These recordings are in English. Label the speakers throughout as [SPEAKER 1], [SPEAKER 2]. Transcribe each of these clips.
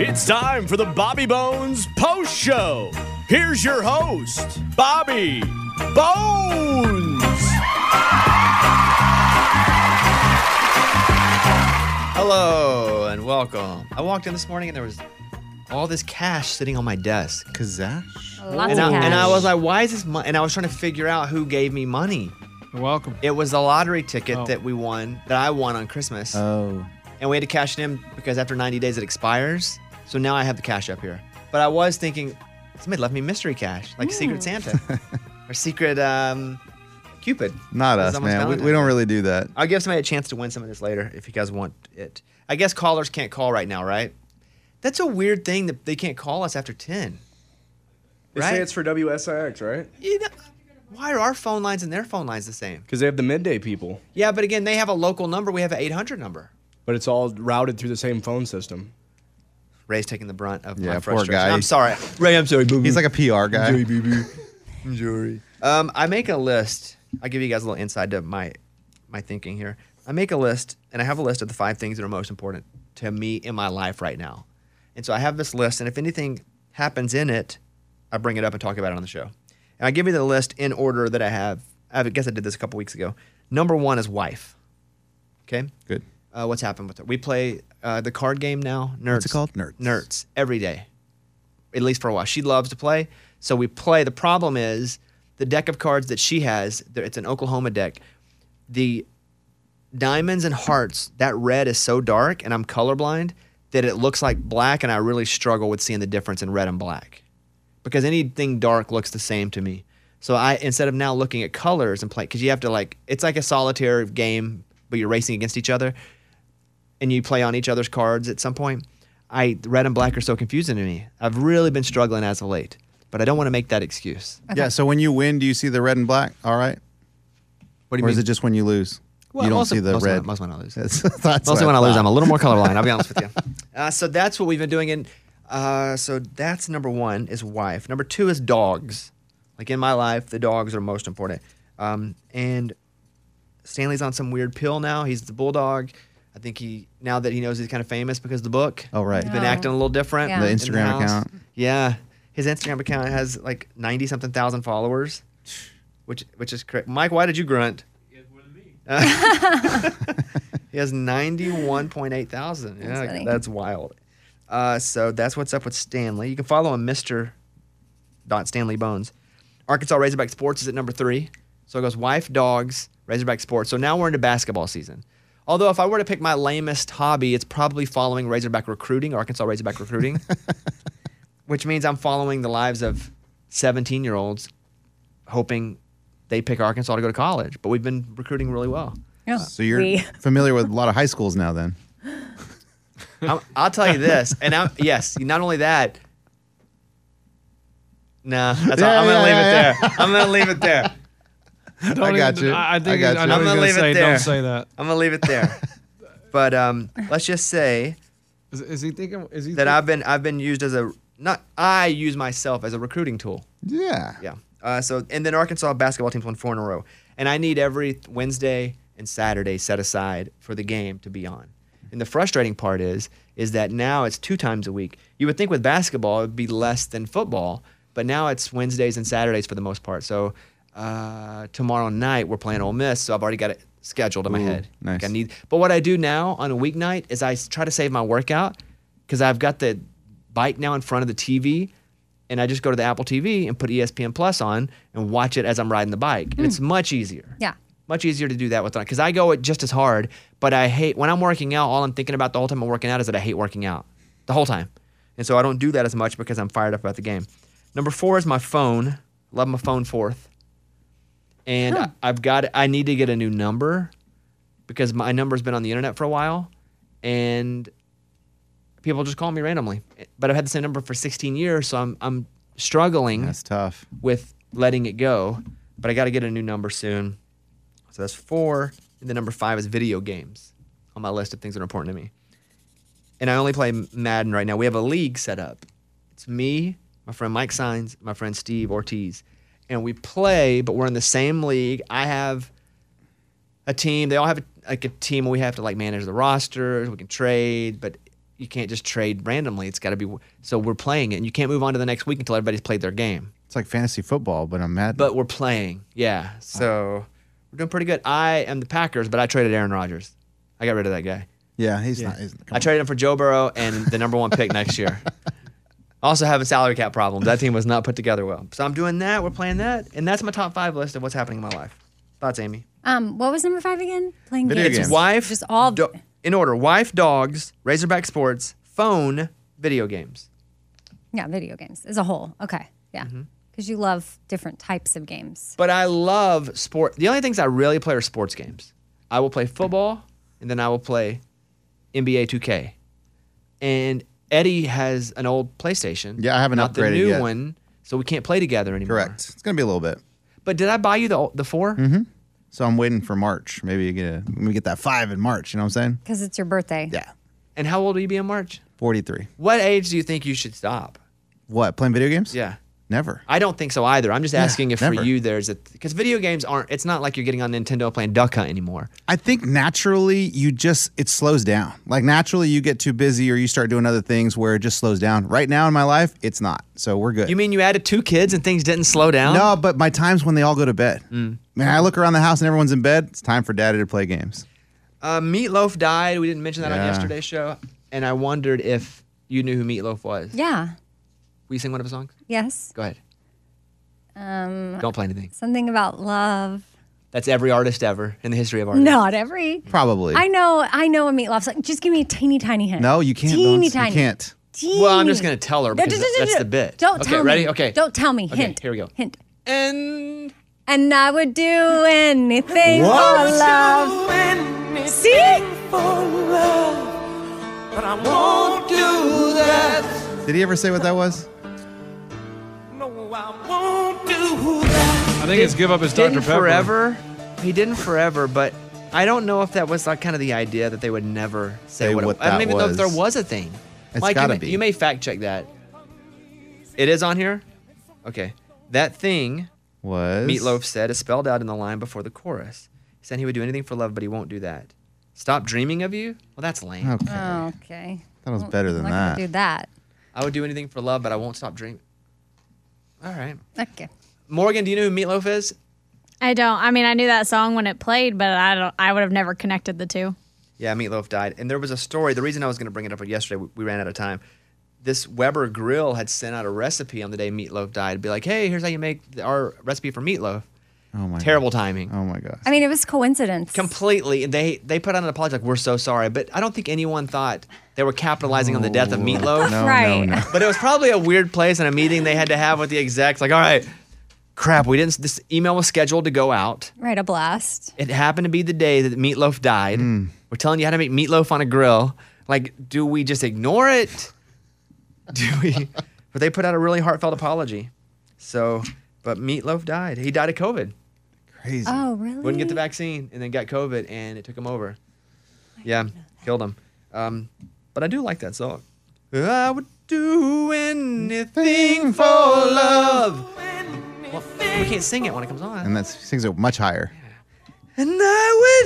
[SPEAKER 1] It's time for the Bobby Bones Post Show. Here's your host, Bobby Bones.
[SPEAKER 2] Hello and welcome. I walked in this morning and there was all this cash sitting on my desk.
[SPEAKER 3] Kazash?
[SPEAKER 4] Lots
[SPEAKER 2] And
[SPEAKER 4] of
[SPEAKER 2] I,
[SPEAKER 4] cash.
[SPEAKER 2] and I was like, why is this money? And I was trying to figure out who gave me money.
[SPEAKER 5] You're welcome.
[SPEAKER 2] It was the lottery ticket
[SPEAKER 5] Oh.
[SPEAKER 2] that we won, that I won on Christmas.
[SPEAKER 3] Oh.
[SPEAKER 2] and we had to cash it in because after 90 days it expires. So now I have the cash up here. But I was thinking, somebody left me mystery cash, like Secret
[SPEAKER 4] Hmm.
[SPEAKER 2] Santa or Secret um, Cupid.
[SPEAKER 3] Not
[SPEAKER 2] It was
[SPEAKER 3] us,
[SPEAKER 2] almost
[SPEAKER 3] man. We,
[SPEAKER 2] Valentine's
[SPEAKER 3] we don't
[SPEAKER 2] Day.
[SPEAKER 3] really do that.
[SPEAKER 2] I'll give somebody a chance to win some of this later if you guys want it. I guess callers can't call right now, right? That's a weird thing that they can't call us after 10.
[SPEAKER 6] They
[SPEAKER 2] Right?
[SPEAKER 6] say it's for WSIX, right?
[SPEAKER 2] You know, why are our phone lines and their phone lines the same?
[SPEAKER 6] Because they have the midday people,
[SPEAKER 2] Yeah, but again, they have a local number. We have an 800 number.
[SPEAKER 6] but it's all routed through the same phone system.
[SPEAKER 2] Ray's taking the brunt of
[SPEAKER 3] Yeah,
[SPEAKER 2] my
[SPEAKER 3] poor
[SPEAKER 2] frustration.
[SPEAKER 3] guy.
[SPEAKER 2] I'm sorry.
[SPEAKER 6] Ray, I'm sorry.
[SPEAKER 3] He's like a PR guy.
[SPEAKER 2] Um, I make a list. I'll give you guys a little insight to my my thinking here. I make a list, and I have a list of the five things that are most important to me in my life right now. And so I have this list, and if anything happens in it, I bring it up and talk about it on the show. And I give you the list in order that I have. I guess I did this a couple weeks ago. Number one is wife. Okay
[SPEAKER 3] Good.
[SPEAKER 2] uh, what's happened with it. We play uh, the card game now. Nerds.
[SPEAKER 3] it called? Nerds.
[SPEAKER 2] Nerds every day, at least for a while. She loves to play, so we play. The problem is the deck of cards that she has. there- It's an Oklahoma deck. The diamonds and hearts. That red is so dark, and I'm colorblind that it looks like black, and I really struggle with seeing the difference in red and black because anything dark looks the same to me. So I instead of now looking at colors and play because you have to like it's like a solitaire game, but you're racing against each other, and you play on each other's cards at some point. I red and black are so confusing to me. I've really been struggling as of late, but I don't want to make that excuse.
[SPEAKER 3] Yeah, so when you win, do you see the red and black? All right.
[SPEAKER 2] What do you
[SPEAKER 3] Or
[SPEAKER 2] mean?
[SPEAKER 3] is it just when you lose?
[SPEAKER 2] Well,
[SPEAKER 3] you don't
[SPEAKER 2] most
[SPEAKER 3] see
[SPEAKER 2] of-
[SPEAKER 3] the
[SPEAKER 2] most of
[SPEAKER 3] red.
[SPEAKER 2] when- most of when I lose.
[SPEAKER 3] That's- that's
[SPEAKER 2] Mostly
[SPEAKER 3] what
[SPEAKER 2] when I lose,
[SPEAKER 3] thought.
[SPEAKER 2] I'm a little more colorblind. I'll be honest with you. Uh, so that's what we've been doing. And uh, so that's number one is wife. Number two is dogs. Like in my life, the dogs are most important. Um, and Stanley's on some weird pill now. He's the bulldog. I think he now that he knows he's kind of famous because of the book.
[SPEAKER 3] Oh, right.
[SPEAKER 2] He's been
[SPEAKER 4] No.
[SPEAKER 2] acting a little different.
[SPEAKER 4] Yeah. The
[SPEAKER 2] in
[SPEAKER 3] Instagram
[SPEAKER 2] house.
[SPEAKER 3] account.
[SPEAKER 2] Yeah, his Instagram account has like ninety something thousand followers, which which is correct. Mike, why did you grunt? He has 91.8 thousand. Yeah,
[SPEAKER 4] funny.
[SPEAKER 2] that's wild. Uh, so that's what's up with Stanley. You can follow him, Mr. Dot Stanley Bones. Arkansas Razorback Sports is at number three. So it goes wife, dogs, Razorback Sports. So now we're into basketball season. Although if I were to pick my lamest hobby, it's probably following Razorback recruiting, Arkansas Razorback recruiting, which means I'm following the lives of 17 year olds, hoping they pick Arkansas to go to college. But we've been recruiting really well.
[SPEAKER 4] Yeah.
[SPEAKER 3] So you're
[SPEAKER 4] We-
[SPEAKER 3] familiar with a lot of high schools now, then.
[SPEAKER 2] I'm, I'll tell you this, and I'm yes. Not only that, no, that's all,
[SPEAKER 3] Yeah,
[SPEAKER 2] I'm gonna
[SPEAKER 3] yeah,
[SPEAKER 2] leave
[SPEAKER 3] yeah,
[SPEAKER 2] it there. I'm gonna leave it there.
[SPEAKER 5] Don't
[SPEAKER 3] I got
[SPEAKER 5] even-
[SPEAKER 3] you.
[SPEAKER 5] I, I think
[SPEAKER 3] I got
[SPEAKER 5] I
[SPEAKER 3] you.
[SPEAKER 5] know
[SPEAKER 3] I'm
[SPEAKER 5] what
[SPEAKER 2] gonna
[SPEAKER 5] you're
[SPEAKER 2] leave it
[SPEAKER 5] say.
[SPEAKER 2] there.
[SPEAKER 5] Don't say that.
[SPEAKER 2] I'm gonna leave it there. But um, let's just say
[SPEAKER 5] Is, is he thinking? Is he?
[SPEAKER 2] that
[SPEAKER 5] thi-
[SPEAKER 2] I've been I've been used as a not I use myself as a recruiting tool.
[SPEAKER 3] Yeah.
[SPEAKER 2] Yeah. Uh, so and then Arkansas basketball team's won four in a row, and I need every Wednesday and Saturday set aside for the game to be on. And the frustrating part is is that now it's two times a week. You would think with basketball it would be less than football, but now it's Wednesdays and Saturdays for the most part. So uh, tomorrow night we're playing Ole Miss, so I've already got it scheduled in my head.
[SPEAKER 3] nice.
[SPEAKER 2] I need. But what I do now on a weeknight is I s- try to save my workout because I've got the bike now in front of the TV, and I just go to the Apple TV and put E ESPN Plus on and watch it as I'm riding the bike. And it's much easier.
[SPEAKER 4] Yeah.
[SPEAKER 2] Much easier to do that with because I go it just as hard, but I hate when I'm working out. All I'm thinking about the whole time I'm working out is that I hate working out the whole time, and so I don't do that as much because I'm fired up about the game. Number four is my phone. Love my phone fourth, and I, I've got I need to get a new number because my number's been on the internet for a while and people just call me randomly. But I've had the same number for 16 years, so I'm I'm struggling
[SPEAKER 3] That's tough.
[SPEAKER 2] with letting it go, but I got to get a new number soon. So that's 4, and then number 5 is video games on my list of things that are important to me. And I only play Madden right now. We have a league set up. It's me, my friend Mike Signs, my friend Steve Ortiz, and we play, but we're in the same league. I have a team. They all have a, like a team. We have to like manage the roster. We can trade, but you can't just trade randomly. It's got to be so we're playing it, and you can't move on to the next week until everybody's played their game.
[SPEAKER 3] It's like fantasy football, but I'm mad.
[SPEAKER 2] But we're playing, yeah. So we're doing pretty good. I am the Packers, but I traded Aaron Rodgers. I got rid of that guy.
[SPEAKER 3] yeah, he's not. He's,
[SPEAKER 2] I traded him for Joe Burrow and the number one pick next year. Also having salary cap problems. That team was not put together well. So I'm doing that. We're playing that, and that's my top five list of what's happening in my life. Thoughts, Amy?
[SPEAKER 4] Um, what was number five again? Playing
[SPEAKER 3] Video
[SPEAKER 4] games.
[SPEAKER 3] games.
[SPEAKER 2] Wife,
[SPEAKER 4] Just all.
[SPEAKER 2] do- in order: wife, dogs, Razorback sports, phone, video games.
[SPEAKER 4] yeah, video games as a whole. Okay. Yeah.
[SPEAKER 2] Mm-hmm.
[SPEAKER 4] Because you love different types of games.
[SPEAKER 2] But I love sport. The only things I really play are sports games. I will play football, and then I will play NBA 2K. And Eddie has an old PlayStation.
[SPEAKER 3] Yeah, I haven't
[SPEAKER 2] not the
[SPEAKER 3] upgraded
[SPEAKER 2] new
[SPEAKER 3] yet.
[SPEAKER 2] one, so we can't play together anymore.
[SPEAKER 3] correct. Mm-hmm. It's gonna be a little bit.
[SPEAKER 2] But did I buy you the the 4
[SPEAKER 3] So I'm waiting for March. Maybe you get a maybe get that five in March. You know what I'm saying?
[SPEAKER 4] Because it's your birthday.
[SPEAKER 3] Yeah,
[SPEAKER 2] And how old will you be in March?
[SPEAKER 3] 43.
[SPEAKER 2] What age do you think you should stop?
[SPEAKER 3] What playing video games?
[SPEAKER 2] Yeah.
[SPEAKER 3] never.
[SPEAKER 2] I don't think so either. I'm just asking if for
[SPEAKER 3] never.
[SPEAKER 2] you there's a because video games aren't. It's not like you're getting on Nintendo playing Duck Hunt anymore.
[SPEAKER 3] I think naturally you just it slows down. Like naturally you get too busy or you start doing other things where it just slows down. Right now in my life, it's not. So we're good.
[SPEAKER 2] You mean you added two kids and things didn't slow down?
[SPEAKER 3] no, but my time's when they all go to bed.
[SPEAKER 2] Mm.
[SPEAKER 3] Man, I look around the house and everyone's in bed. It's time for daddy to play games.
[SPEAKER 2] Uh, Meatloaf died. We didn't mention that on
[SPEAKER 3] Yeah.
[SPEAKER 2] yesterday's show, and I wondered if you knew who Meatloaf was.
[SPEAKER 4] Yeah.
[SPEAKER 2] Will you sing one of his songs?
[SPEAKER 4] Yes.
[SPEAKER 2] Go ahead. Um, don't play anything.
[SPEAKER 4] Something about love.
[SPEAKER 2] That's every artist ever in the history of art.
[SPEAKER 4] Not every.
[SPEAKER 3] Probably.
[SPEAKER 4] I know. I know a meatloaf's like. Just give me a teeny tiny hint.
[SPEAKER 3] no, you can't.
[SPEAKER 4] Teeny
[SPEAKER 3] Bones.
[SPEAKER 4] tiny.
[SPEAKER 3] You can't.
[SPEAKER 4] Teeny.
[SPEAKER 2] Well, I'm just gonna tell her
[SPEAKER 4] No,
[SPEAKER 2] because
[SPEAKER 4] no, no, no,
[SPEAKER 2] that's
[SPEAKER 4] no.
[SPEAKER 2] the bit.
[SPEAKER 4] Don't
[SPEAKER 2] okay,
[SPEAKER 4] tell
[SPEAKER 2] ready?
[SPEAKER 4] me.
[SPEAKER 2] Okay.
[SPEAKER 4] Don't tell me.
[SPEAKER 2] Okay,
[SPEAKER 4] Hint.
[SPEAKER 2] here we go.
[SPEAKER 4] Hint.
[SPEAKER 2] And
[SPEAKER 4] And I would do anything for love. See?
[SPEAKER 3] Did he ever say what that was?
[SPEAKER 5] I think it's give up his Dr.
[SPEAKER 2] didn't
[SPEAKER 5] Pepper.
[SPEAKER 2] forever. He didn't forever, but I don't know if that was like kind of the idea that they would never say,
[SPEAKER 3] Say
[SPEAKER 2] what,
[SPEAKER 3] what
[SPEAKER 2] it, I don't
[SPEAKER 3] that
[SPEAKER 2] even know if there
[SPEAKER 3] was.
[SPEAKER 2] was a thing.
[SPEAKER 3] It's
[SPEAKER 2] Mike, you
[SPEAKER 3] gotta
[SPEAKER 2] may-
[SPEAKER 3] be.
[SPEAKER 2] You may fact check that. It is on here. Okay, that thing
[SPEAKER 3] Was
[SPEAKER 2] Meatloaf said is spelled out in the line before the chorus. He said he would do anything for love, but he won't do that. Stop dreaming of you. Well, that's lame.
[SPEAKER 3] Okay,
[SPEAKER 4] Okay.
[SPEAKER 3] that was better than
[SPEAKER 4] I'm not gonna do
[SPEAKER 3] that.
[SPEAKER 4] that.
[SPEAKER 2] I would do anything for love, but I won't stop dreaming. All right,
[SPEAKER 4] Okay.
[SPEAKER 2] Morgan, do you know who Meatloaf is?
[SPEAKER 7] I don't. I mean, I knew that song when it played, but I don't. I would have never connected the two.
[SPEAKER 2] Yeah, Meatloaf died. And there was a story. The reason I was going to bring it up yesterday, we, we ran out of time. This Weber Grill had sent out a recipe on the day Meatloaf died. It'd be like, hey, here's how you make th- our recipe for meatloaf.
[SPEAKER 3] Oh my.
[SPEAKER 2] Terrible timing.
[SPEAKER 3] God. Oh my gosh.
[SPEAKER 4] I mean, it was coincidence.
[SPEAKER 2] Completely. And they they put out an apology like, we're so sorry. But I don't think anyone thought they were capitalizing on the death of Meatloaf.
[SPEAKER 3] No,
[SPEAKER 4] Right.
[SPEAKER 3] no, no.
[SPEAKER 2] But it was probably a weird place and a meeting they had to have with the execs. Like, all right, crap, we didn't. This email was scheduled to go out.
[SPEAKER 4] right. A blast.
[SPEAKER 2] It happened to be the day that meatloaf died. We're telling you how to make meatloaf on a grill. Like, do we just ignore it? Do we? but they put out a really heartfelt apology. So, but meatloaf died. He died of COVID.
[SPEAKER 3] Crazy.
[SPEAKER 4] Oh, really?
[SPEAKER 2] Wouldn't get the vaccine and then got COVID and it took him over. Yeah, killed him. Um, but I do like that song. I would do anything for love. Well, we can't sing it when it comes on.
[SPEAKER 3] And that's he sings it much higher.
[SPEAKER 2] And I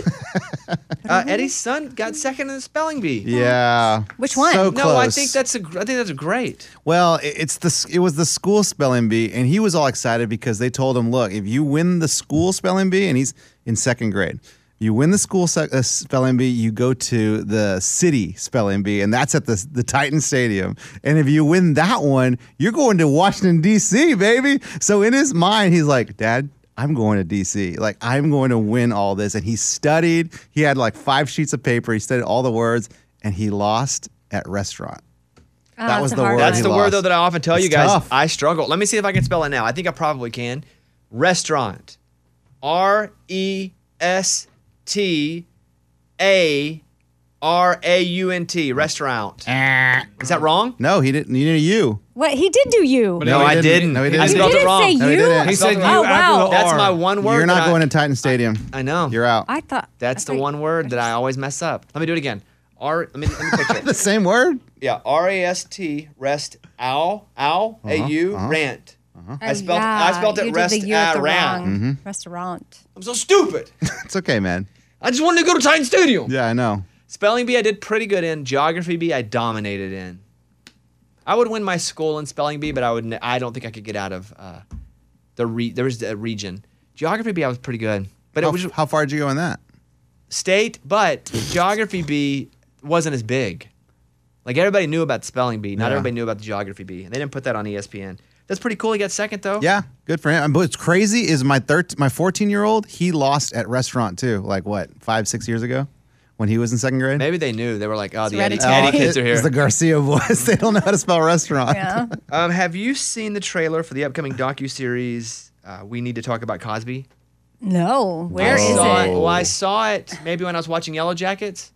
[SPEAKER 2] would. uh, Eddie's son got second in the spelling bee.
[SPEAKER 3] Yeah.
[SPEAKER 4] Which one?
[SPEAKER 3] So
[SPEAKER 4] No,
[SPEAKER 2] No, I
[SPEAKER 3] close.
[SPEAKER 2] think that's a. gr- I think that's great.
[SPEAKER 3] Well, it- it's the s- it was the school spelling bee, and he was all excited because they told him, "Look, if you win the school spelling bee, and he's in second grade, you win the school sec- uh, spelling bee, you go to the city spelling bee, and that's at the the Titan Stadium. And if you win that one, you're going to Washington D.C., baby." So in his mind, he's like, "Dad." I'm going to DC. Like, I'm going to win all this. And he studied. He had like five sheets of paper. He studied all the words and he lost at restaurant.
[SPEAKER 4] Oh,
[SPEAKER 3] that
[SPEAKER 4] it's
[SPEAKER 3] was
[SPEAKER 4] a
[SPEAKER 3] the
[SPEAKER 4] hard
[SPEAKER 3] word.
[SPEAKER 2] That's
[SPEAKER 3] he
[SPEAKER 2] the word though
[SPEAKER 3] lost.
[SPEAKER 2] that I often tell
[SPEAKER 3] It's
[SPEAKER 2] you guys.
[SPEAKER 3] tough.
[SPEAKER 2] I struggle. Let me see if I can spell it now. I think I probably can. Restaurant. R E S T A R A U N T. Restaurant.
[SPEAKER 4] Eh.
[SPEAKER 2] Is that wrong?
[SPEAKER 3] No, he didn't. You know, you.
[SPEAKER 4] What he did do you?
[SPEAKER 5] But No, he
[SPEAKER 2] I
[SPEAKER 5] didn't.
[SPEAKER 2] didn't.
[SPEAKER 3] No, he
[SPEAKER 2] I
[SPEAKER 3] didn't.
[SPEAKER 2] spelled
[SPEAKER 4] he
[SPEAKER 2] it
[SPEAKER 4] didn't
[SPEAKER 2] wrong.
[SPEAKER 4] say
[SPEAKER 3] No, he
[SPEAKER 4] you.
[SPEAKER 3] didn't.
[SPEAKER 5] He said you
[SPEAKER 4] Oh, wow.
[SPEAKER 5] after the
[SPEAKER 2] That's
[SPEAKER 5] R.
[SPEAKER 2] my one word.
[SPEAKER 3] You're
[SPEAKER 2] that
[SPEAKER 3] not
[SPEAKER 2] I-
[SPEAKER 3] going to Titan Stadium.
[SPEAKER 2] I know.
[SPEAKER 3] You're out.
[SPEAKER 4] I thought
[SPEAKER 2] That's
[SPEAKER 4] I
[SPEAKER 2] the
[SPEAKER 4] thought-
[SPEAKER 2] one word that I always mess up. Let me do it again. R. Let me, let me picture it.
[SPEAKER 3] the same word.
[SPEAKER 2] Yeah, R A S T, rest, owl, owl, A U,
[SPEAKER 3] Uh-huh.
[SPEAKER 2] rant. I
[SPEAKER 4] Oh,
[SPEAKER 2] spelled,
[SPEAKER 4] yeah.
[SPEAKER 2] I spelled
[SPEAKER 4] You
[SPEAKER 2] it
[SPEAKER 4] did
[SPEAKER 2] rest,
[SPEAKER 4] the you at
[SPEAKER 2] ah,
[SPEAKER 4] the
[SPEAKER 2] rant.
[SPEAKER 4] wrong Restaurant.
[SPEAKER 2] I'm so stupid.
[SPEAKER 3] It's okay, man.
[SPEAKER 2] I just wanted to go to Titan Stadium.
[SPEAKER 3] Yeah, I know.
[SPEAKER 2] Spelling bee, I did pretty good in. Geography bee, I dominated in. I would win my school in spelling bee, but I would. n- I don't think I could get out of uh, the re- there was a region. Geography bee, I was pretty good, but
[SPEAKER 3] How,
[SPEAKER 2] it was
[SPEAKER 3] how far did you go in that?
[SPEAKER 2] state. But geography bee wasn't as big. Like everybody knew about spelling bee, not
[SPEAKER 3] Yeah.
[SPEAKER 2] everybody knew about the geography bee, and they didn't put that on E ESPN. That's pretty cool. He got second though.
[SPEAKER 3] Yeah, good for him. But what's crazy is my thirteen, my fourteen year old, he lost at restaurant too. Like what, five, six years ago, when he was in second grade.
[SPEAKER 2] Maybe they knew. They were like, "Oh, the Eddie,
[SPEAKER 4] hereditary.
[SPEAKER 2] Eddie kids are here."
[SPEAKER 3] It's the Garcia boys. they don't know how to spell restaurant.
[SPEAKER 4] Yeah.
[SPEAKER 2] Um, have you seen the trailer for the upcoming docu series? Uh, we need to talk about Cosby.
[SPEAKER 4] No. Where is
[SPEAKER 2] Saw it-
[SPEAKER 4] it?
[SPEAKER 2] Well, I saw it maybe when I was watching Yellow Jackets,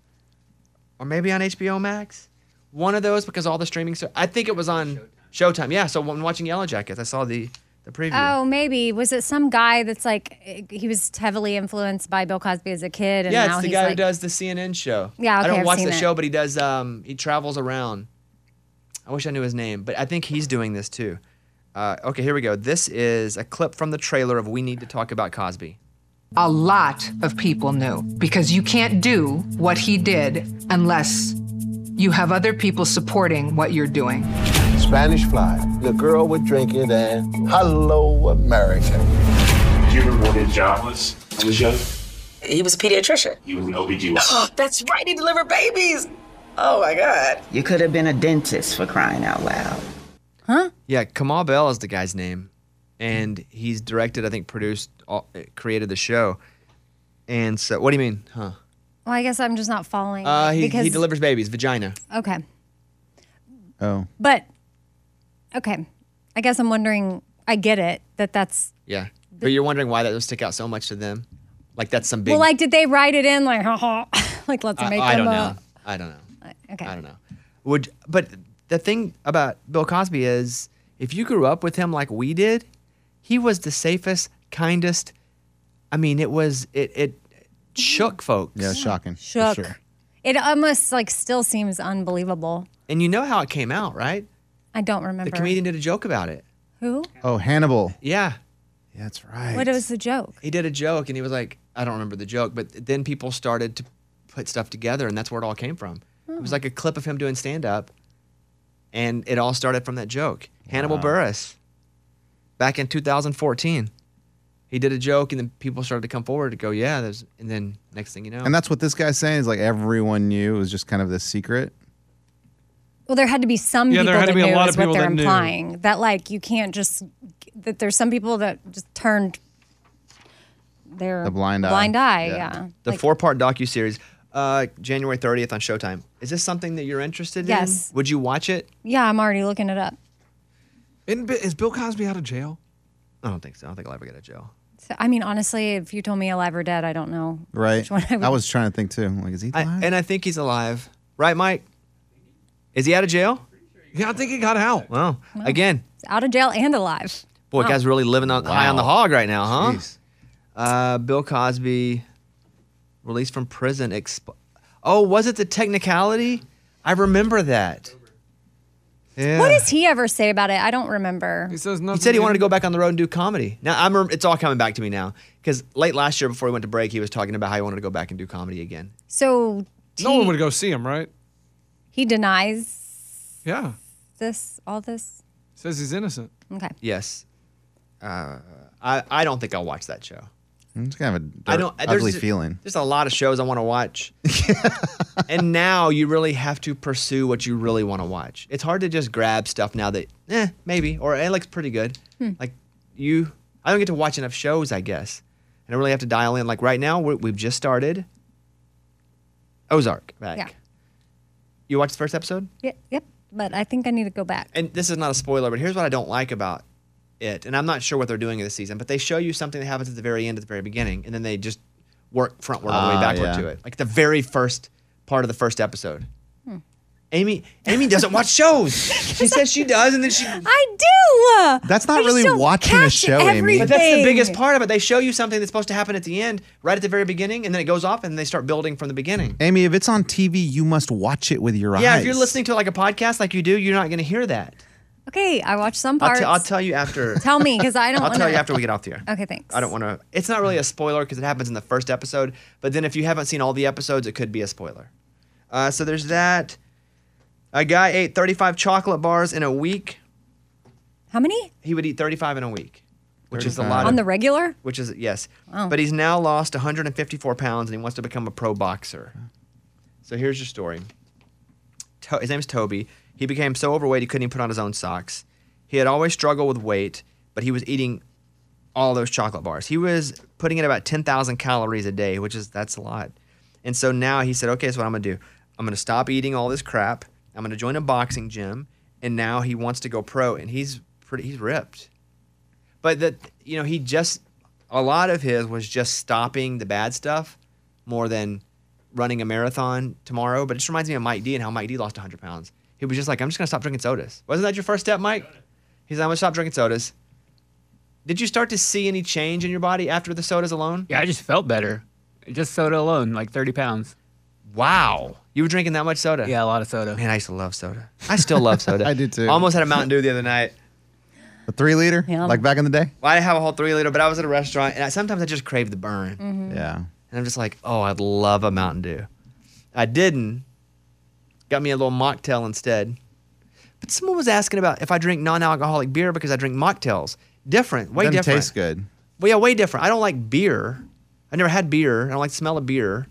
[SPEAKER 2] or maybe on HBO Max. One of those because all the streaming. ser- I think it was on Showtime. Yeah, so when watching Yellow Jackets, I saw the the preview.
[SPEAKER 4] Oh, maybe was it some guy that's like eh, he was heavily influenced by Bill Cosby as a kid, and
[SPEAKER 2] yeah,
[SPEAKER 4] now
[SPEAKER 2] it's the
[SPEAKER 4] he's
[SPEAKER 2] guy
[SPEAKER 4] like,
[SPEAKER 2] who does the CNN show.
[SPEAKER 4] Yeah,
[SPEAKER 2] I
[SPEAKER 4] okay,
[SPEAKER 2] don't
[SPEAKER 4] I've
[SPEAKER 2] watch
[SPEAKER 4] seen
[SPEAKER 2] the
[SPEAKER 4] it.
[SPEAKER 2] show, but he does. Um, he travels around. I wish I knew his name, but I think he's doing this too. Uh, okay, here we go. This is a clip from the trailer of "We Need to Talk About Cosby."
[SPEAKER 8] A lot of people knew because you can't do what he did unless you have other people supporting what you're doing.
[SPEAKER 9] Spanish fly. The girl would drink it and hello, America.
[SPEAKER 10] you remember when job was? I was young.
[SPEAKER 11] He was a pediatrician.
[SPEAKER 10] He was an OBGYN.
[SPEAKER 11] That's right, he delivered babies. Oh my God. You could have been a dentist for crying out loud.
[SPEAKER 2] Yeah, Kamal Bell is the guy's name, and he's directed, I think, produced, all, uh, created the show. And so, what do you mean? Huh?
[SPEAKER 4] Well, I guess I'm just not following
[SPEAKER 2] Uh, he,
[SPEAKER 4] because
[SPEAKER 2] he delivers babies, vagina.
[SPEAKER 4] okay,
[SPEAKER 3] Oh,
[SPEAKER 4] but okay, I guess I'm wondering. I get it that that's
[SPEAKER 2] Yeah, but you're wondering why that would stick out so much to them, like that's some big.
[SPEAKER 4] well, like, did they write it in like, ha ha, like let's
[SPEAKER 2] I,
[SPEAKER 4] make
[SPEAKER 2] I
[SPEAKER 4] them
[SPEAKER 2] don't
[SPEAKER 4] up?
[SPEAKER 2] know. I don't know.
[SPEAKER 4] Okay,
[SPEAKER 2] I don't know. Would but the thing about Bill Cosby is, if you grew up with him like we did, he was the safest, kindest. I mean, it was it it
[SPEAKER 4] Mm-hmm.
[SPEAKER 2] shook folks.
[SPEAKER 3] yeah, shocking. for
[SPEAKER 4] shook.
[SPEAKER 3] sure.
[SPEAKER 4] It almost like still seems unbelievable.
[SPEAKER 2] And you know how it came out, right?
[SPEAKER 4] I don't
[SPEAKER 2] The
[SPEAKER 4] remember
[SPEAKER 2] comedian did a joke about it.
[SPEAKER 4] who.
[SPEAKER 3] Oh, Hannibal.
[SPEAKER 2] Yeah.
[SPEAKER 3] Yeah, that's right.
[SPEAKER 4] What was the joke?
[SPEAKER 2] He did a joke and he was like, I don't remember the joke, but then people started to put stuff together and that's where it all came from. It
[SPEAKER 4] Hmm.
[SPEAKER 2] was like a clip of him doing stand up and it all started from that joke. Hannibal Burris back in 2014. He did a joke and then people started to come forward to go, yeah, there's and then next thing you know.
[SPEAKER 3] And that's what this guy's saying is like everyone knew it was just kind of the secret.
[SPEAKER 4] Well, there had to be some
[SPEAKER 5] Yeah,
[SPEAKER 4] people
[SPEAKER 5] there had
[SPEAKER 4] that
[SPEAKER 5] to be a
[SPEAKER 4] knew
[SPEAKER 5] lot
[SPEAKER 4] is
[SPEAKER 5] of people
[SPEAKER 4] what they're
[SPEAKER 5] that knew.
[SPEAKER 4] implying. That like you can't just that there's some people that just turned their
[SPEAKER 3] The blind eye.
[SPEAKER 4] blind eye.
[SPEAKER 3] Yeah.
[SPEAKER 4] Yeah,
[SPEAKER 2] the
[SPEAKER 4] Like,
[SPEAKER 2] four part docu series, uh, January 30th on Showtime. Is this something that you're interested in?
[SPEAKER 4] Yes.
[SPEAKER 2] Would you watch it?
[SPEAKER 4] yeah, I'm already looking it up.
[SPEAKER 5] Isn't Bi- Is Bill Cosby out of jail?
[SPEAKER 2] I don't think so. I don't think I'll ever get a jail.
[SPEAKER 4] So, I mean, honestly, if you told me alive or dead, I don't know.
[SPEAKER 3] Right.
[SPEAKER 4] Which one I would-
[SPEAKER 3] was trying to think too. I'm Like, is he
[SPEAKER 2] I,
[SPEAKER 3] lying?
[SPEAKER 2] and I think he's alive. Right, Mike? Is he out of jail?
[SPEAKER 5] Yeah, I think he got out.
[SPEAKER 2] Wow. Again,
[SPEAKER 4] Out of jail and alive.
[SPEAKER 2] boy, guys really living on, high on the hog right now, huh? Uh, Bill Cosby released from prison. Exp- oh, was it the technicality? I remember that. Yeah.
[SPEAKER 4] What does he ever say about it? I don't remember.
[SPEAKER 5] He says
[SPEAKER 2] he
[SPEAKER 5] nothing.
[SPEAKER 2] said he wanted to go back on the road and do comedy. Now I'm, rem- it's all coming back to me now because late last year, before he went to break, he was talking about how he wanted to go back and do comedy again.
[SPEAKER 4] So
[SPEAKER 5] No
[SPEAKER 4] he,
[SPEAKER 5] one would go see him, right?
[SPEAKER 4] he denies
[SPEAKER 5] Yeah.
[SPEAKER 4] this, all this.
[SPEAKER 5] Says he's innocent.
[SPEAKER 4] Okay.
[SPEAKER 2] Yes, uh, I I don't think I'll watch that show.
[SPEAKER 3] it's kind of a dirt,
[SPEAKER 2] I don't. there's
[SPEAKER 3] ugly
[SPEAKER 2] ju-
[SPEAKER 3] feeling.
[SPEAKER 2] There's a lot of shows I want to watch, and now you really have to pursue what you really want to watch. It's hard to just grab stuff now that eh maybe or it looks pretty good. Like you, I don't get to watch enough shows, I guess, and I really have to dial in. Like right now, we we've just started Ozark back.
[SPEAKER 4] Yeah.
[SPEAKER 2] You watched the first episode,
[SPEAKER 4] Yeah, yep. But I think I need to go back.
[SPEAKER 2] and this is not a spoiler, but here's what I don't like about it, and I'm not sure what they're doing in this season, but they show you something that happens at the very end, at the very beginning, and then they just work frontward all the way
[SPEAKER 3] Ah,
[SPEAKER 2] backward
[SPEAKER 3] yeah.
[SPEAKER 2] to it, like the very first part of the first episode.
[SPEAKER 4] Hmm.
[SPEAKER 2] Amy, Amy doesn't watch shows. She says she does, and then she.
[SPEAKER 4] I do.
[SPEAKER 3] That's not
[SPEAKER 4] I just
[SPEAKER 3] really
[SPEAKER 4] don't
[SPEAKER 3] watching a
[SPEAKER 4] catch
[SPEAKER 3] show, Amy.
[SPEAKER 4] everything.
[SPEAKER 2] But that's the biggest part of it. They show you something that's supposed to happen at the end, right at the very beginning, and then it goes off, and they start building from the beginning.
[SPEAKER 3] Amy, if it's on TV, you must watch it with your eyes.
[SPEAKER 2] Yeah, if you're listening to like a podcast like you do, you're not going to hear that.
[SPEAKER 4] Okay, I watched some
[SPEAKER 2] I'll,
[SPEAKER 4] parts.
[SPEAKER 2] t- I'll tell you after.
[SPEAKER 4] Tell me, because I don't.
[SPEAKER 2] I'll
[SPEAKER 4] wanna...
[SPEAKER 2] tell you after we get off the air.
[SPEAKER 4] Okay, thanks.
[SPEAKER 2] I don't want to. It's not really a spoiler because it happens in the first episode. But then if you haven't seen all the episodes, it could be a spoiler. Uh, so there's that. A guy ate 35 chocolate bars in a week.
[SPEAKER 4] How many?
[SPEAKER 2] He would eat 35 in a week, which is a
[SPEAKER 4] 35.
[SPEAKER 2] lot. of-
[SPEAKER 4] On the regular?
[SPEAKER 2] Which is yes.
[SPEAKER 4] Wow.
[SPEAKER 2] But he's now lost 154 pounds and he wants to become a pro boxer. So here's your story. To- his name's Toby. He became so overweight he couldn't even put on his own socks. He had always struggled with weight, but he was eating all those chocolate bars. He was putting in about 10,000 calories a day, which is that's a lot. And so now he said, "Okay, so what I'm going to do? I'm going to stop eating all this crap. I'm going to join a boxing gym." And now he wants to go pro and he's pretty he's ripped. But that you know, he just a lot of his was just stopping the bad stuff more than running a marathon tomorrow. But it just reminds me of Mike D and how Mike D lost 100 pounds. He was just like, I'm just going to stop drinking sodas. Wasn't that your first step, Mike? He's like, I'm going to stop drinking sodas. Did you start to see any change in your body after the sodas alone?
[SPEAKER 12] Yeah, I just felt better. Just soda alone, like 30 pounds.
[SPEAKER 2] Wow. You were drinking that much soda?
[SPEAKER 12] Yeah, a lot of soda.
[SPEAKER 2] Man, I used to love soda. I still love soda.
[SPEAKER 3] I do too.
[SPEAKER 2] Almost had a Mountain Dew the other night.
[SPEAKER 3] A three liter? Like back in the day?
[SPEAKER 2] Well, I didn't have a whole three liter, but I was at a restaurant and I, sometimes I just crave the burn.
[SPEAKER 3] Mhm. Yeah. And
[SPEAKER 2] I'm just like, oh, I'd love a Mountain Dew. I didn't. Got me a little mocktail instead. But someone was asking about if I drink non alcoholic beer because I drink mocktails. Different, way
[SPEAKER 3] Doesn't
[SPEAKER 2] different.
[SPEAKER 3] taste good.
[SPEAKER 2] Well, yeah, way different. I don't like beer. I never had beer. I don't like the smell of beer.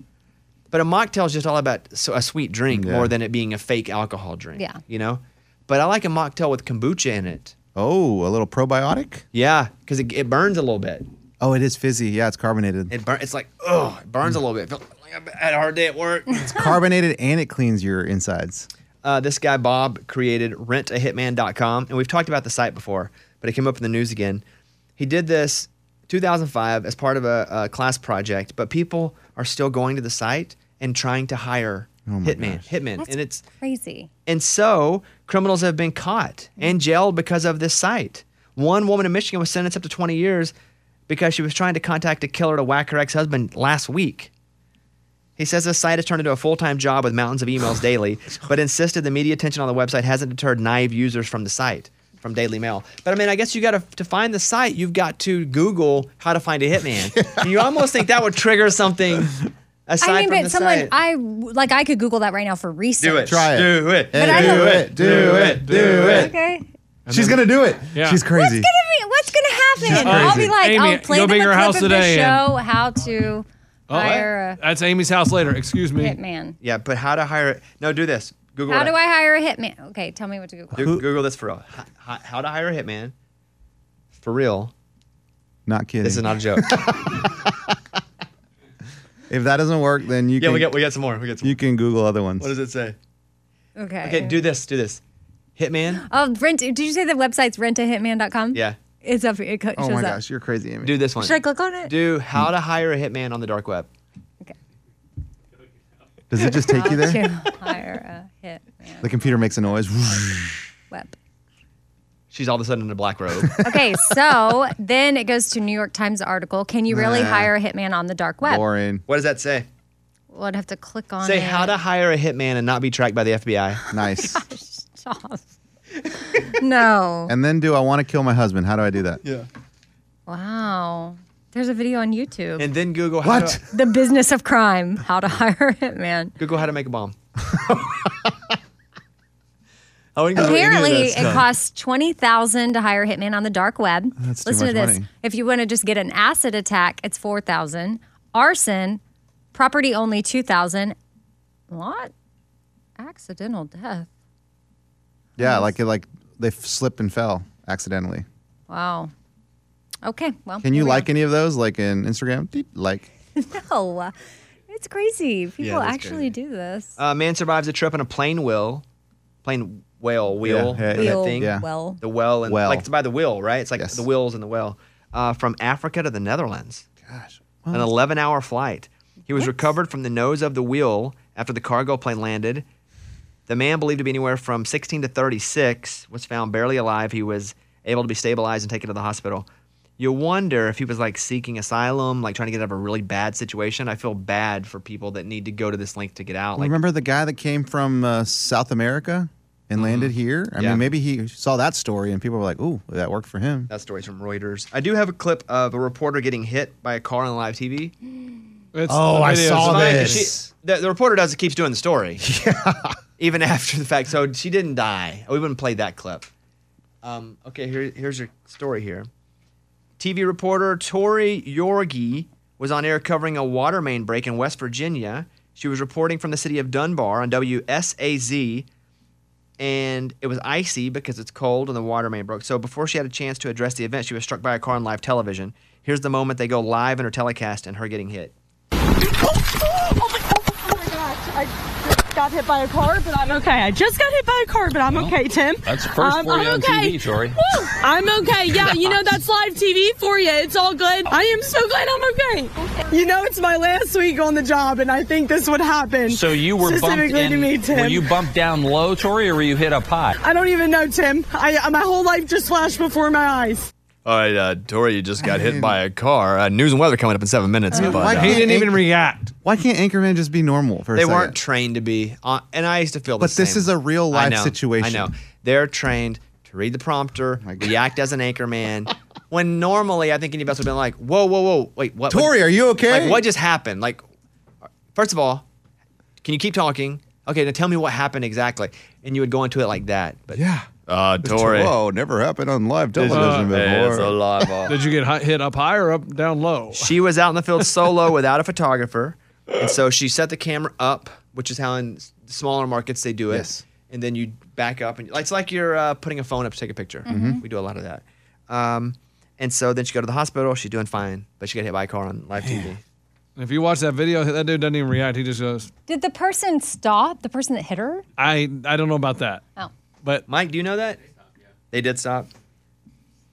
[SPEAKER 2] But a mocktail is just all about so a sweet drink more than it being a fake alcohol drink.
[SPEAKER 4] Yeah.
[SPEAKER 2] You know? But I like a mocktail with kombucha in it.
[SPEAKER 3] Oh, a little probiotic?
[SPEAKER 2] Yeah, because it, it burns a little bit.
[SPEAKER 3] Oh, it is fizzy. Yeah, it's carbonated.
[SPEAKER 2] It burn, It's like, oh, it burns a little bit. Feel like I had a hard day at work. It's
[SPEAKER 3] carbonated and it cleans your insides.
[SPEAKER 2] uh, this guy Bob created rentahitman.com, and we've talked about the site before, but it came up in the news again. He did this 2005 as part of a, a class project, but people are still going to the site and trying to hire hitman, hitmen,
[SPEAKER 4] That's
[SPEAKER 2] and it's
[SPEAKER 4] crazy.
[SPEAKER 2] and so criminals have been caught and jailed because of this site. One woman in Michigan was sentenced up to 20 years because she was trying to contact a killer to whack her ex husband last week. He says this site has turned into a full time job with mountains of emails daily, but insisted the media attention on the website hasn't deterred naive users from the site, from Daily Mail. But I mean, I guess you got to, to find the site, you've got to Google how to find a hitman. you almost think that would trigger something aside
[SPEAKER 4] I mean,
[SPEAKER 2] from
[SPEAKER 4] but
[SPEAKER 2] the
[SPEAKER 4] someone,
[SPEAKER 2] site.
[SPEAKER 4] I like, I could Google that right now for research.
[SPEAKER 2] do it.
[SPEAKER 3] Try it.
[SPEAKER 2] Do it.
[SPEAKER 4] But I
[SPEAKER 2] do
[SPEAKER 4] don't-
[SPEAKER 2] it. Do it. Do it.
[SPEAKER 4] Okay.
[SPEAKER 3] She's going to do it.
[SPEAKER 2] Yeah.
[SPEAKER 3] She's crazy.
[SPEAKER 4] What's gonna, be, what's gonna happen?
[SPEAKER 5] She's
[SPEAKER 4] I'll
[SPEAKER 5] crazy.
[SPEAKER 4] be like,
[SPEAKER 5] Amy,
[SPEAKER 4] I'll play
[SPEAKER 5] go
[SPEAKER 4] them a
[SPEAKER 5] big
[SPEAKER 4] clip
[SPEAKER 5] or house
[SPEAKER 4] of
[SPEAKER 5] today
[SPEAKER 4] the
[SPEAKER 5] and-
[SPEAKER 4] show how to
[SPEAKER 5] Oh, that-
[SPEAKER 4] hire
[SPEAKER 5] that's Amy's house later. Excuse
[SPEAKER 4] a
[SPEAKER 5] me.
[SPEAKER 4] hitman.
[SPEAKER 2] Yeah, but how to hire? No, do this. Google.
[SPEAKER 4] How
[SPEAKER 2] it.
[SPEAKER 4] do I hire a hitman? Okay, tell me what to Google.
[SPEAKER 2] Do- Google this for real. H- h- how to hire a hitman? For real.
[SPEAKER 3] Not kidding.
[SPEAKER 2] This is not a joke.
[SPEAKER 3] if that doesn't work, then you
[SPEAKER 2] Yeah,
[SPEAKER 3] can.
[SPEAKER 2] we got- we got some more. We got some
[SPEAKER 3] You can Google other ones.
[SPEAKER 2] What does it say?
[SPEAKER 4] Okay.
[SPEAKER 2] Okay, do this. Do this. Hitman.
[SPEAKER 4] Oh, rent. Did you say the website's rentahitman.com?
[SPEAKER 2] Yeah.
[SPEAKER 4] It's up. It co- shows up.
[SPEAKER 3] Oh you're crazy, Amy.
[SPEAKER 2] Do this one.
[SPEAKER 4] Should I click on it?
[SPEAKER 2] Do how to hire a hitman on the dark web.
[SPEAKER 3] Does it just take you
[SPEAKER 4] How
[SPEAKER 3] there?
[SPEAKER 4] to hire a hit
[SPEAKER 3] The computer makes a noise.
[SPEAKER 4] web.
[SPEAKER 2] She's all of a sudden in a black robe.
[SPEAKER 4] Okay, so then it goes to New York Times article. Can you really
[SPEAKER 2] Nah.
[SPEAKER 4] hire a hitman on the dark web?
[SPEAKER 3] Boring.
[SPEAKER 2] What does that say?
[SPEAKER 4] Well, I'd have to click on
[SPEAKER 2] say
[SPEAKER 4] it.
[SPEAKER 2] how to hire a hitman and not be tracked by the FBI.
[SPEAKER 3] Nice.
[SPEAKER 4] Stop. no.
[SPEAKER 3] and then do I want to kill my husband? How do I do that?
[SPEAKER 2] Yeah.
[SPEAKER 4] Wow. There's a video on YouTube.
[SPEAKER 2] And then Google how What? to-
[SPEAKER 4] the business of crime. How to hire a hitman.
[SPEAKER 2] Google how to make a bomb. I wouldn't Google any of
[SPEAKER 4] Apparently,
[SPEAKER 2] that
[SPEAKER 4] it
[SPEAKER 2] stuff.
[SPEAKER 4] costs twenty thousand to hire a hitman on the dark web.
[SPEAKER 2] That's too
[SPEAKER 4] Listen
[SPEAKER 2] much
[SPEAKER 4] to this.
[SPEAKER 2] money.
[SPEAKER 4] If you want to just get an acid attack, it's four thousand. Arson, property only two thousand. What? Accidental death.
[SPEAKER 3] Yeah, like it, like they f- slipped and fell accidentally.
[SPEAKER 4] Wow. Okay. Well,
[SPEAKER 3] Can you
[SPEAKER 4] here we
[SPEAKER 3] like any of those? Like in Instagram? Deep, Like.
[SPEAKER 4] are. No, it's crazy. People
[SPEAKER 2] that's
[SPEAKER 4] actually do this.
[SPEAKER 2] Uh, man survives a trip in a plane wheel, plane whale wheel,
[SPEAKER 3] yeah,
[SPEAKER 2] that
[SPEAKER 4] yeah.
[SPEAKER 2] thing,
[SPEAKER 4] Wheel, Yeah. well.
[SPEAKER 2] the well, and
[SPEAKER 3] Well.
[SPEAKER 2] like it's by the wheel, right? It's like the wheels and the well. Uh, from Africa to the Netherlands,
[SPEAKER 3] Gosh.
[SPEAKER 2] an 11-hour flight. He was recovered from the nose of the wheel after the cargo plane landed. The man, believed to be anywhere from 16 to 36, was found barely alive. He was able to be stabilized and taken to the hospital. You wonder if he was like seeking asylum, like trying to get out of a really bad situation. I feel bad for people that need to go to this length to get out. Like,
[SPEAKER 3] Remember the guy that came from uh, South America and landed here? I
[SPEAKER 2] Yeah.
[SPEAKER 3] mean, maybe he saw that story and people were like, "Ooh, that worked for him."
[SPEAKER 2] That story's from Reuters. I do have a clip of a reporter getting hit by a car on live TV.
[SPEAKER 5] It's
[SPEAKER 3] Oh, I saw this.
[SPEAKER 2] She- the, the reporter does it keeps doing the story. Yeah. Even after the fact. So she didn't die. Oh, We wouldn't play that clip. Um, okay, here, here's your story here. TV reporter Tori Yorgi was on air covering a water main break in West Virginia. She was reporting from the city of Dunbar on WSAZ, and it was icy because it's cold and the water main broke. So before she had a chance to address the event, she was struck by a car on live television. Here's the moment they go live in her telecast and her getting hit.
[SPEAKER 13] Oh my gosh, I just got hit by a car, but I'm okay. I just got hit by a car, but I'm okay, Tim.
[SPEAKER 14] That's first
[SPEAKER 13] Um,
[SPEAKER 14] for you
[SPEAKER 13] I'm
[SPEAKER 14] on
[SPEAKER 13] okay.
[SPEAKER 14] TV, Tori.
[SPEAKER 13] Woo! I'm okay. Yeah, you know that's live TV for you. It's all good. I am so glad I'm okay. You know it's my last week on the job, and I think this would happen.
[SPEAKER 14] So you were bumped
[SPEAKER 13] specifically
[SPEAKER 14] in.
[SPEAKER 13] to me, Tim.
[SPEAKER 14] Were you bumped down low, Tori, or were you hit up high?
[SPEAKER 13] I don't even know, Tim. I my whole life just flashed before my eyes.
[SPEAKER 2] All right, uh, Tori, you just got hit by a car. Uh, news and weather coming up in seven minutes.
[SPEAKER 3] Uh-huh.
[SPEAKER 2] but, uh,
[SPEAKER 3] react. Why can't Anchorman just be normal for a
[SPEAKER 2] They
[SPEAKER 3] second?
[SPEAKER 2] weren't trained to be, on, and I used to feel. the
[SPEAKER 3] But this
[SPEAKER 2] same.
[SPEAKER 3] is a real
[SPEAKER 2] I
[SPEAKER 3] life
[SPEAKER 2] know,
[SPEAKER 3] situation. Oh
[SPEAKER 2] I know they're trained to read the prompter, react as an anchorman. when normally, I think any of us would have been like, "Whoa, whoa, whoa! Wait, what?
[SPEAKER 3] Tori,
[SPEAKER 2] what-
[SPEAKER 3] are you okay?
[SPEAKER 2] Like, what just happened? Like, first of all, can you keep talking? Okay, now tell me what happened exactly." And you would go into it like that. But yeah, uh, Tori, Oh,
[SPEAKER 3] Whoa, never happened on live television before.
[SPEAKER 5] Did you get hi- hit up high or up down low?
[SPEAKER 2] She was out in the field solo without a photographer, and so she set the camera up, which is how in s- smaller markets they do it. And then you back up, and it's like you're uh, putting a phone up to take a picture.
[SPEAKER 15] Mhm.
[SPEAKER 2] We do a lot of that. Um, and so then she go to the hospital. She's doing fine, but she got hit by a car on live TV.
[SPEAKER 5] If you watch that video, that dude doesn't even react. He just goes,
[SPEAKER 4] Did the person stop? The person that hit her?
[SPEAKER 5] "I I don't know about that."
[SPEAKER 4] Oh.
[SPEAKER 5] But
[SPEAKER 2] Mike, do you know that? They did stop.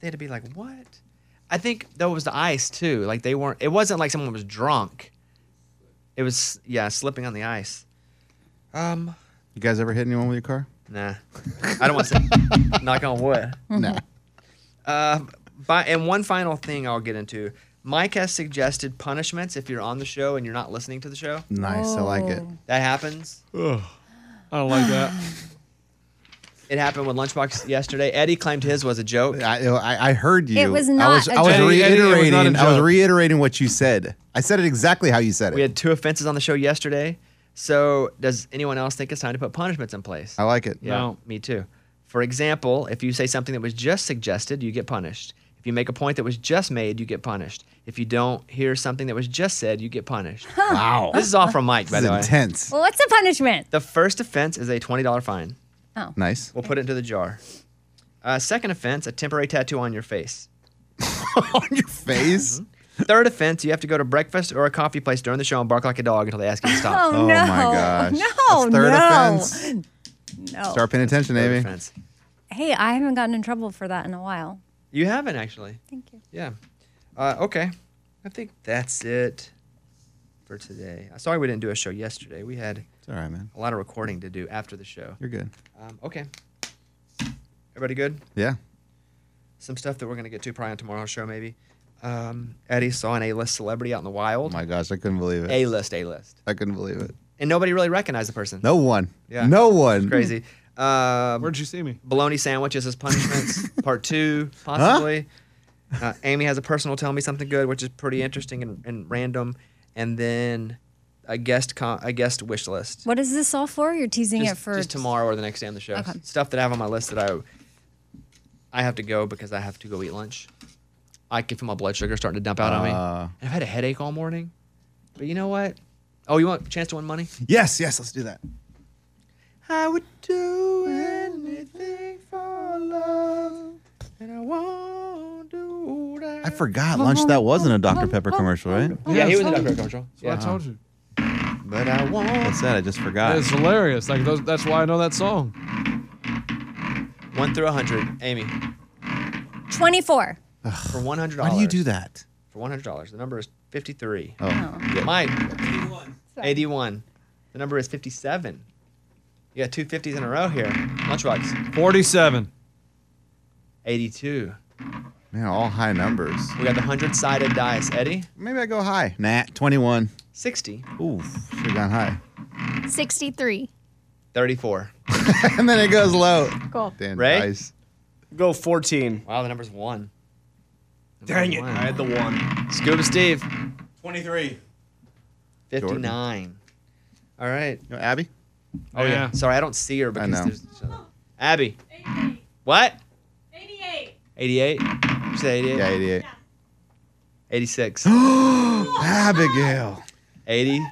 [SPEAKER 2] They had to be like, what? I think that was the ice too. Like they weren't. It wasn't like someone was drunk. It was yeah, slipping on the ice. Um,
[SPEAKER 3] You guys ever hit anyone with your car?
[SPEAKER 2] Nah, I don't want to say. knock on wood.
[SPEAKER 3] Nah.
[SPEAKER 2] Uh, by, and one final thing I'll get into. Mike has suggested punishments if you're on the show and you're not listening to the show.
[SPEAKER 3] Nice, I like it. Oh.
[SPEAKER 2] That happens.
[SPEAKER 5] I don't like that.
[SPEAKER 2] It happened with Lunchbox yesterday. Eddie claimed his was a joke.
[SPEAKER 3] I, I, I heard you.
[SPEAKER 2] It was
[SPEAKER 3] I
[SPEAKER 2] not
[SPEAKER 3] was,
[SPEAKER 2] a
[SPEAKER 3] I was
[SPEAKER 2] joke. Eddie, Eddie, it was not a
[SPEAKER 3] reiterating. I was
[SPEAKER 2] joke.
[SPEAKER 3] reiterating what you said. I said it exactly how you said it.
[SPEAKER 2] We had two offenses on the show yesterday. So, does anyone else think it's time to put punishments in place?
[SPEAKER 3] I like it.
[SPEAKER 2] Yeah, me too. For example, if you say something that was just suggested, you get punished. If you make a point that was just made, you get punished. If you don't hear something that was just said, you get punished.
[SPEAKER 4] Wow.
[SPEAKER 2] This is all from Mike, by
[SPEAKER 3] This is
[SPEAKER 2] the
[SPEAKER 3] intense.
[SPEAKER 4] Well, what's the punishment?
[SPEAKER 2] The first offense is a $20 fine.
[SPEAKER 4] Oh.
[SPEAKER 3] Nice.
[SPEAKER 2] We'll put it into the jar. Uh, second offense, a temporary tattoo on your face. on your
[SPEAKER 3] face?
[SPEAKER 2] Third offense, you have to go to breakfast or a coffee place during the show and bark like a dog until they ask you to stop.
[SPEAKER 4] Oh, no. No,
[SPEAKER 3] That's third
[SPEAKER 4] no.
[SPEAKER 3] offense.
[SPEAKER 4] No.
[SPEAKER 3] Start paying attention,
[SPEAKER 2] Third
[SPEAKER 3] Amy.
[SPEAKER 2] offense.
[SPEAKER 4] Hey, I haven't gotten in trouble for that in a while.
[SPEAKER 2] You haven't actually. Thank you. Yeah. Uh, okay. I think that's it for today. I'm Sorry we didn't do a show yesterday. We had
[SPEAKER 3] It's all right, man.
[SPEAKER 2] a lot of recording to do after the show.
[SPEAKER 3] You're good.
[SPEAKER 2] Um, okay. Everybody good?
[SPEAKER 3] Yeah.
[SPEAKER 2] Some stuff that we're going to get to probably on tomorrow's show, maybe. Um, Eddie saw an A list celebrity out in the
[SPEAKER 3] Oh
[SPEAKER 2] wild.
[SPEAKER 3] my gosh, I couldn't believe it.
[SPEAKER 2] A list, A list.
[SPEAKER 3] I couldn't believe it.
[SPEAKER 2] And nobody really recognized the person.
[SPEAKER 3] No Mm. one.
[SPEAKER 2] Yeah.
[SPEAKER 3] No one.
[SPEAKER 2] Crazy. Um,
[SPEAKER 5] Where'd you see me?
[SPEAKER 2] Bologna sandwiches as punishments, part two, possibly. Uh, Amy has a personal tell me something good, which is pretty interesting and, and random. And then a guest con- a guest wish list.
[SPEAKER 4] What is this all for? You're teasing
[SPEAKER 2] Just,
[SPEAKER 4] it for
[SPEAKER 2] just tomorrow or the next day on the show.
[SPEAKER 4] Okay.
[SPEAKER 2] Stuff that I have on my list that I I have to go because I have to go eat lunch. I can feel my blood sugar starting to dump out on me.
[SPEAKER 3] Uh.
[SPEAKER 2] And I've had a headache all morning. But you know what? Oh, you want a chance to win money?
[SPEAKER 3] Yes, yes, let's do that.
[SPEAKER 2] I would do anything for love, and I won't do that.
[SPEAKER 3] I forgot lunch that wasn't a Dr. Pepper commercial, right?
[SPEAKER 2] Yeah, he was in Dr. Pepper commercial.
[SPEAKER 5] That's what I told you.
[SPEAKER 2] But I won't.
[SPEAKER 3] What's that? I just forgot.
[SPEAKER 5] It's hilarious. Like those, that's why I know that song.
[SPEAKER 2] One through a hundred, Amy.
[SPEAKER 4] 24.
[SPEAKER 2] For one hundred
[SPEAKER 3] Why
[SPEAKER 2] dollars.
[SPEAKER 3] do you do that?
[SPEAKER 2] For one hundred dollars, the number is fifty-three.
[SPEAKER 3] Oh.
[SPEAKER 2] Yeah. Mike. Eighty-one. Eighty-one. The number is fifty-seven. You got two fifties in a row here. Lunchbox.
[SPEAKER 5] Forty-seven.
[SPEAKER 2] Eighty-two.
[SPEAKER 3] Man, all high numbers.
[SPEAKER 2] We got the hundred-sided dice. Eddie.
[SPEAKER 3] Maybe I go high. Nah, 21.
[SPEAKER 2] 60.
[SPEAKER 3] Ooh, should have gone high.
[SPEAKER 7] 63.
[SPEAKER 2] Thirty-four.
[SPEAKER 3] and then it goes low.
[SPEAKER 7] Cool.
[SPEAKER 3] Damn
[SPEAKER 2] Ray?
[SPEAKER 3] dice.
[SPEAKER 2] Go 14. Wow, the number's one.
[SPEAKER 6] Dang it. I had the one.
[SPEAKER 2] Scuba Steve.
[SPEAKER 10] 23.
[SPEAKER 2] 59. All right.
[SPEAKER 3] No, Abby?
[SPEAKER 2] Oh, yeah.
[SPEAKER 3] Yeah.
[SPEAKER 2] Sorry, I don't see her because
[SPEAKER 3] know.
[SPEAKER 2] there's. Abby. What? 88. 88? You said 88?
[SPEAKER 3] Yeah, 88.
[SPEAKER 2] 86.
[SPEAKER 3] Abigail.
[SPEAKER 2] 80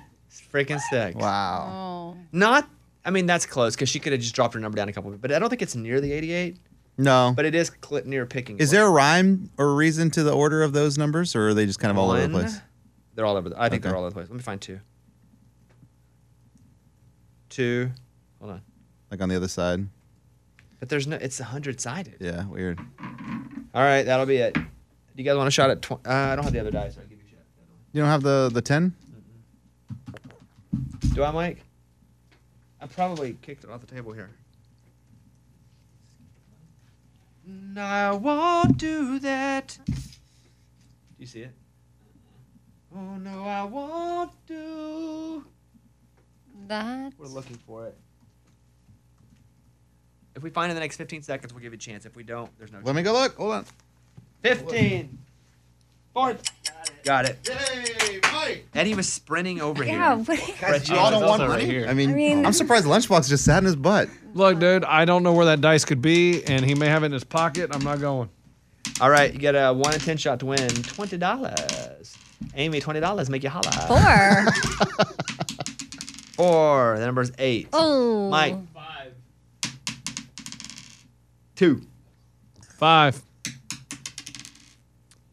[SPEAKER 2] freaking six.
[SPEAKER 3] Wow.
[SPEAKER 2] Not, I mean, that's close because she could have just dropped her number down a couple, but I don't think it's near the 88,
[SPEAKER 3] No.
[SPEAKER 2] but it is cl- near picking.
[SPEAKER 3] Is there a rhyme or reason to the order of those numbers, or are they just kind of all over the
[SPEAKER 2] One.
[SPEAKER 3] place?
[SPEAKER 2] They're all over the, I think they're
[SPEAKER 3] Okay.
[SPEAKER 2] all over the place. Let me find two. Two. Hold on.
[SPEAKER 3] Like on the other side?
[SPEAKER 2] But there's no, it's 100 sided.
[SPEAKER 3] Yeah, weird.
[SPEAKER 2] All right, that'll be it. Do you guys want a shot at, tw- uh, I don't have the other dice. so I'll give you
[SPEAKER 3] You don't have the the 10?
[SPEAKER 2] Do I, Mike? I probably kicked it off the table here. No, I won't do that. Do you see it? Oh no, I won't do
[SPEAKER 4] that.
[SPEAKER 2] We're looking for it. If we find it in the next 15 seconds, we'll give you a chance. If we don't, there's no
[SPEAKER 3] Let me go look. Hold on.
[SPEAKER 2] 15. Fourth. Got it.
[SPEAKER 3] Yay, Mike!
[SPEAKER 2] Eddie was sprinting over
[SPEAKER 4] Yeah,
[SPEAKER 2] here.
[SPEAKER 4] what-
[SPEAKER 2] Guys,
[SPEAKER 3] you all don't want money? I mean,
[SPEAKER 4] I mean-
[SPEAKER 3] I'm surprised Lunchbox just sat in his butt.
[SPEAKER 5] Look, dude, I don't know where that dice could be, and he may have it in his pocket. I'm not going.
[SPEAKER 2] All right, you get a one in 10 shot to win $20. Amy, $20. Make you holla.
[SPEAKER 4] Four.
[SPEAKER 2] Four. The number's eight.
[SPEAKER 4] Oh.
[SPEAKER 2] Mike. Five. Two. Five.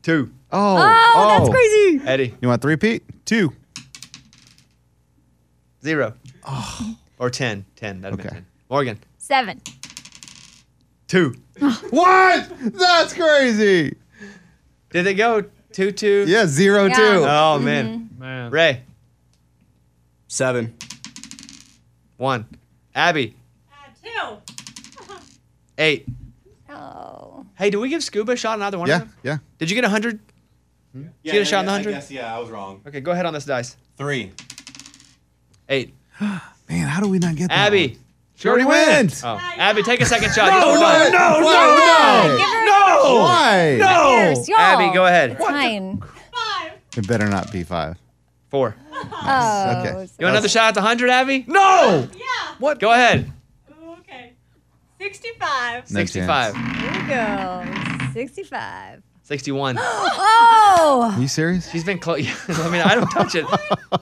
[SPEAKER 2] Two.
[SPEAKER 3] Oh,
[SPEAKER 4] Oh, that's crazy.
[SPEAKER 2] Eddie.
[SPEAKER 3] You want three, Pete? Two.
[SPEAKER 2] Zero. Or 10. 10. That'd okay. 10. Morgan.
[SPEAKER 7] Seven.
[SPEAKER 2] Two.
[SPEAKER 3] what? That's crazy.
[SPEAKER 2] Did it go? Two, two?
[SPEAKER 3] Yeah, zero,
[SPEAKER 2] Yeah.
[SPEAKER 3] two.
[SPEAKER 2] Oh, man.
[SPEAKER 5] Man.
[SPEAKER 2] Ray. Seven. One. Abby.
[SPEAKER 13] Two.
[SPEAKER 2] Eight.
[SPEAKER 4] Oh.
[SPEAKER 2] Hey, did we give Scuba a shot in either one of
[SPEAKER 3] Yeah,
[SPEAKER 2] them?
[SPEAKER 3] yeah.
[SPEAKER 2] Did you get 100? Did you get a shot in the 100?
[SPEAKER 10] yeah, I was wrong.
[SPEAKER 2] Okay, go ahead on this dice. Three. Eight.
[SPEAKER 3] Man, how do we not get that?
[SPEAKER 2] Abby.
[SPEAKER 3] She already went.
[SPEAKER 2] Oh. Abby, take a second shot.
[SPEAKER 3] Oh, No,
[SPEAKER 2] Just
[SPEAKER 3] no,
[SPEAKER 2] one.
[SPEAKER 3] no, no,
[SPEAKER 2] Why?
[SPEAKER 3] no. Give her-
[SPEAKER 2] No.
[SPEAKER 3] Why?
[SPEAKER 2] No.
[SPEAKER 4] Cheers, y'all.
[SPEAKER 2] Oh, Abby, go ahead.
[SPEAKER 4] It's Fine.
[SPEAKER 3] It better not be five.
[SPEAKER 2] Four.
[SPEAKER 4] Oh.
[SPEAKER 3] Okay.
[SPEAKER 2] You want another shot at the 100, Abby? No. Yeah. What? Go ahead.
[SPEAKER 13] 65.
[SPEAKER 2] No 65.
[SPEAKER 4] Here we go. 65.
[SPEAKER 2] 61.
[SPEAKER 4] oh.
[SPEAKER 3] Are you serious?
[SPEAKER 2] She's been close. I mean, I don't touch it.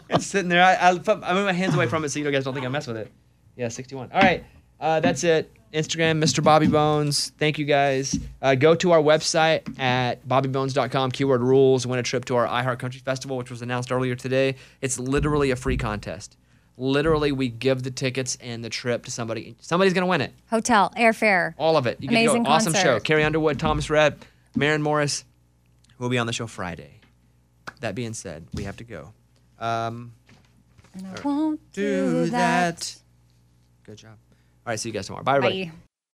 [SPEAKER 2] it's sitting there. I, I, put- I move my hands away from it so you guys don't think I mess with it. Yeah, 61. All right. Uh, that's it. Instagram, Mr. Bobby Bones. Thank you guys. Uh, go to our website at bobbybones.com, keyword rules, win a trip to our iHeart Country Festival, which was announced earlier today. It's literally a free contest. Literally, we give the tickets and the trip to somebody. Somebody's going to win it.
[SPEAKER 4] Hotel, airfare.
[SPEAKER 2] All of it. You can
[SPEAKER 4] Amazing
[SPEAKER 2] go. Awesome show.
[SPEAKER 4] concert.
[SPEAKER 2] Carrie Underwood, Thomas Rhett, Maren Morris will be on the show Friday. That being said, we have to go. Um,
[SPEAKER 4] Won't
[SPEAKER 2] do that. Good job. All right, see you guys tomorrow. Bye, everybody.
[SPEAKER 4] Bye.